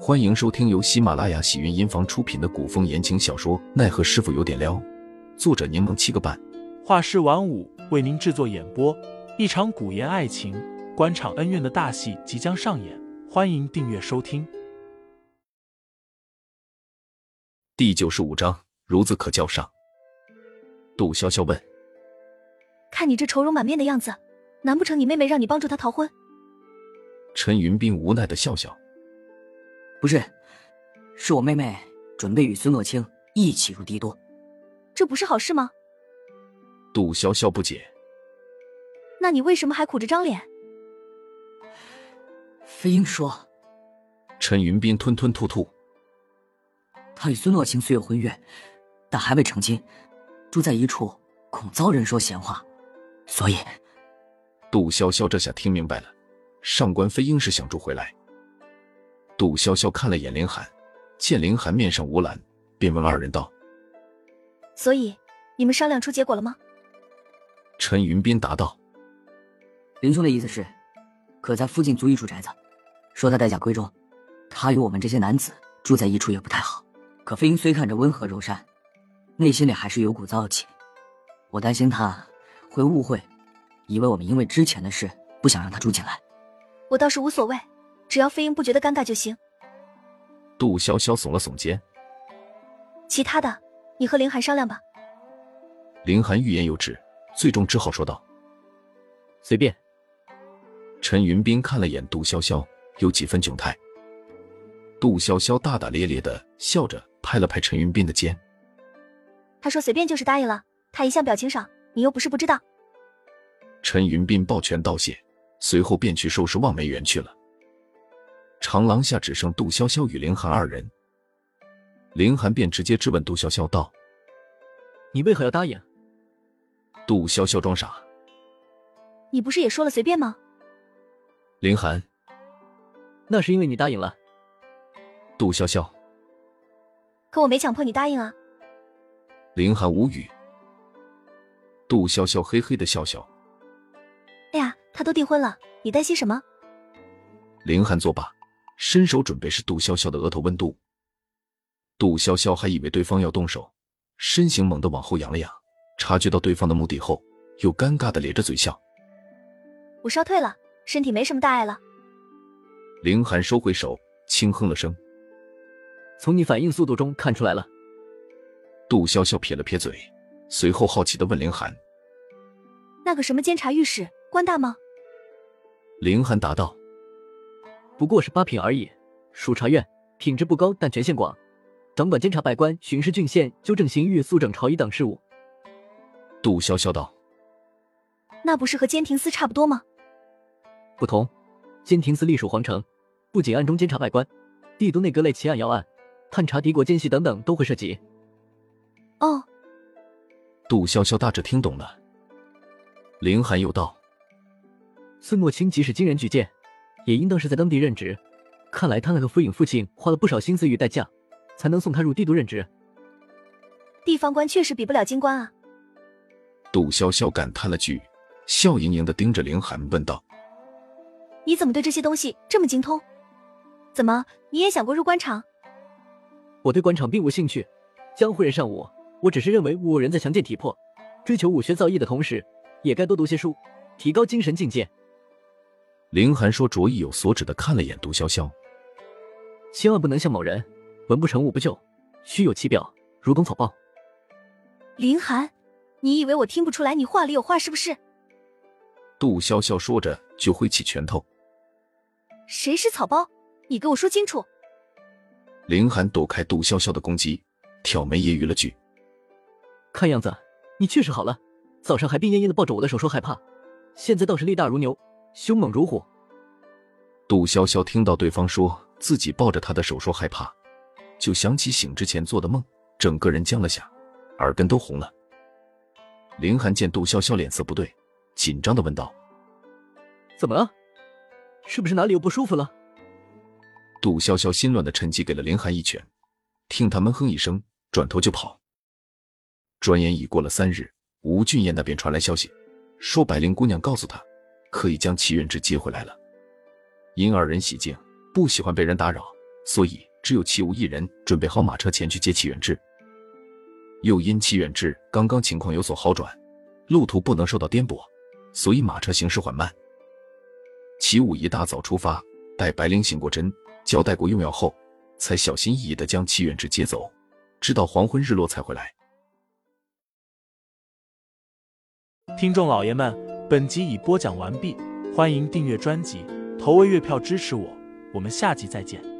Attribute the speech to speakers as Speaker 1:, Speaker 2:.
Speaker 1: 欢迎收听由喜马拉雅喜云音房出品的古风言情小说《奈何师傅有点撩》，作者柠檬七个半，
Speaker 2: 画师晚舞为您制作演播。一场古言爱情、官场恩怨的大戏即将上演，欢迎订阅收听。
Speaker 1: 第九十五章，孺子可教上。杜潇潇问
Speaker 3: 看你这愁容满面的样子，难不成你妹妹让你帮助她逃婚？
Speaker 1: 陈云斌，无奈的笑笑。
Speaker 4: 不是，是我妹妹准备与孙洛清一起入帝都。
Speaker 3: 这不是好事吗？
Speaker 1: 杜潇潇不解，
Speaker 3: 那你为什么还苦着张脸？
Speaker 4: 飞鹰说，
Speaker 1: 陈云斌吞吞吐吐。
Speaker 4: 她与孙洛清虽有婚约，但还未成亲，住在一处恐遭人说闲话，所以
Speaker 1: 杜潇潇这下听明白了，上官飞鹰是想住回来。杜潇潇看了眼林寒，见林寒面上无澜，便问二人道
Speaker 3: 所以你们商量出结果了吗？：“
Speaker 1: 陈云斌答道，
Speaker 4: 林兄的意思是，可在附近租一处宅子，说他待嫁闺中，他与我们这些男子住在一处也不太好。可飞鹰虽看着温和柔善，内心里还是有股燥气。我担心他会误会，以为我们因为之前的事不想让他住进来。
Speaker 3: 我倒是无所谓，只要飞鹰不觉得尴尬就行。
Speaker 1: 杜潇潇耸了耸肩。
Speaker 3: 其他的，你和林寒商量吧。
Speaker 1: 林寒欲言又止，最终只好说道
Speaker 5: 随便。：“
Speaker 1: 陈云斌看了眼杜潇潇，有几分窘态。”杜潇潇大大咧咧的笑着拍了拍陈云斌的肩。
Speaker 3: 他说随便就是答应了，他一向表情少，你又不是不知道。
Speaker 1: 陈云斌抱拳道谢，随后便去收拾望梅园去了。长廊下只剩杜潇潇与林寒二人，林寒便直接质问杜潇潇道
Speaker 5: 你为何要答应？：“
Speaker 1: 杜潇潇装傻。
Speaker 3: 你不是也说了随便吗？”
Speaker 1: 林寒，
Speaker 5: 那是因为你答应了。
Speaker 1: 杜潇潇，
Speaker 3: 可我没强迫你答应啊。
Speaker 1: 林寒无语。杜潇潇嘿嘿的笑笑，
Speaker 3: 哎呀，他都订婚了，你担心什么？
Speaker 1: 林寒作罢，伸手准备试杜潇潇的额头温度。杜潇潇还以为对方要动手，身形猛地往后仰了仰，察觉到对方的目的后，又尴尬的咧着嘴笑。
Speaker 3: 我烧退了，身体没什么大碍了。
Speaker 1: 林寒收回手，轻哼了声。
Speaker 5: 从你反应速度中看出来了，
Speaker 1: 杜潇潇撇了撇嘴，随后好奇的问林寒。
Speaker 3: 那个什么监察御史官大吗？
Speaker 1: 林寒答道
Speaker 5: 不过是八品而已。属察院，品质不高，但权限广，掌管监察百官、巡视郡县、纠正刑狱、肃整朝仪等事务。：“
Speaker 1: 杜潇潇道，
Speaker 3: 那不是和监廷司差不多吗？
Speaker 5: 不同，监廷司隶属皇城，不仅暗中监察百官，帝都内阁类奇案要案、探查敌国奸细等等都会涉及。
Speaker 3: 哦，
Speaker 1: 杜潇潇大致听懂了。”林寒又道
Speaker 5: 孙墨清即使经人举荐，也应当是在当地任职。看来他那个夫影父亲花了不少心思与代价，才能送他入帝都任职。
Speaker 3: 地方官确实比不了京官啊。：“
Speaker 1: 杜潇潇感叹了句，笑盈盈的盯着林寒问道
Speaker 3: 你怎么对这些东西这么精通？怎么你也想过入官场？
Speaker 5: 我对官场并无兴趣，江湖人尚武，我只是认为武人在强健体魄、追求武学造诣的同时，也该多读些书，提高精神境界。？”
Speaker 1: 林寒说着意有所指的看了眼杜潇潇。
Speaker 5: 千万不能像某人，文不成武不就，虚有其表，如同草报。
Speaker 3: 林寒，你以为我听不出来你话里有话是不是？
Speaker 1: 杜潇潇说着就挥起拳头，
Speaker 3: 谁是草包？你给我说清楚！
Speaker 1: 林寒躲开杜潇潇的攻击，挑眉揶揄了句。
Speaker 5: 看样子你确实好了，早上还病恹恹的抱着我的手说害怕，现在倒是力大如牛，凶猛如虎。
Speaker 1: 杜潇潇听到对方说自己抱着他的手说害怕，就想起醒之前做的梦，整个人僵了下，耳根都红了。林寒见杜潇潇脸色不对，紧张的问道
Speaker 5: 怎么了？是不是哪里又不舒服了？：“
Speaker 1: 杜潇潇心乱的趁机给了林寒一拳，听他闷哼一声，转头就跑。”转眼已过了三日，吴俊彦那边传来消息，说百灵姑娘告诉他，可以将齐远之接回来了。因二人喜静，不喜欢被人打扰，所以只有齐武一人准备好马车前去接齐远志。又因齐远志刚刚情况有所好转，路途不能受到颠簸，所以马车行驶缓慢。齐武一大早出发，待白灵醒过针、交代过用药后，才小心翼翼地将齐远志接走，直到黄昏日落才回来。
Speaker 2: 听众老爷们，本集已播讲完毕，欢迎订阅专辑，投喂月票支持我，我们下集再见。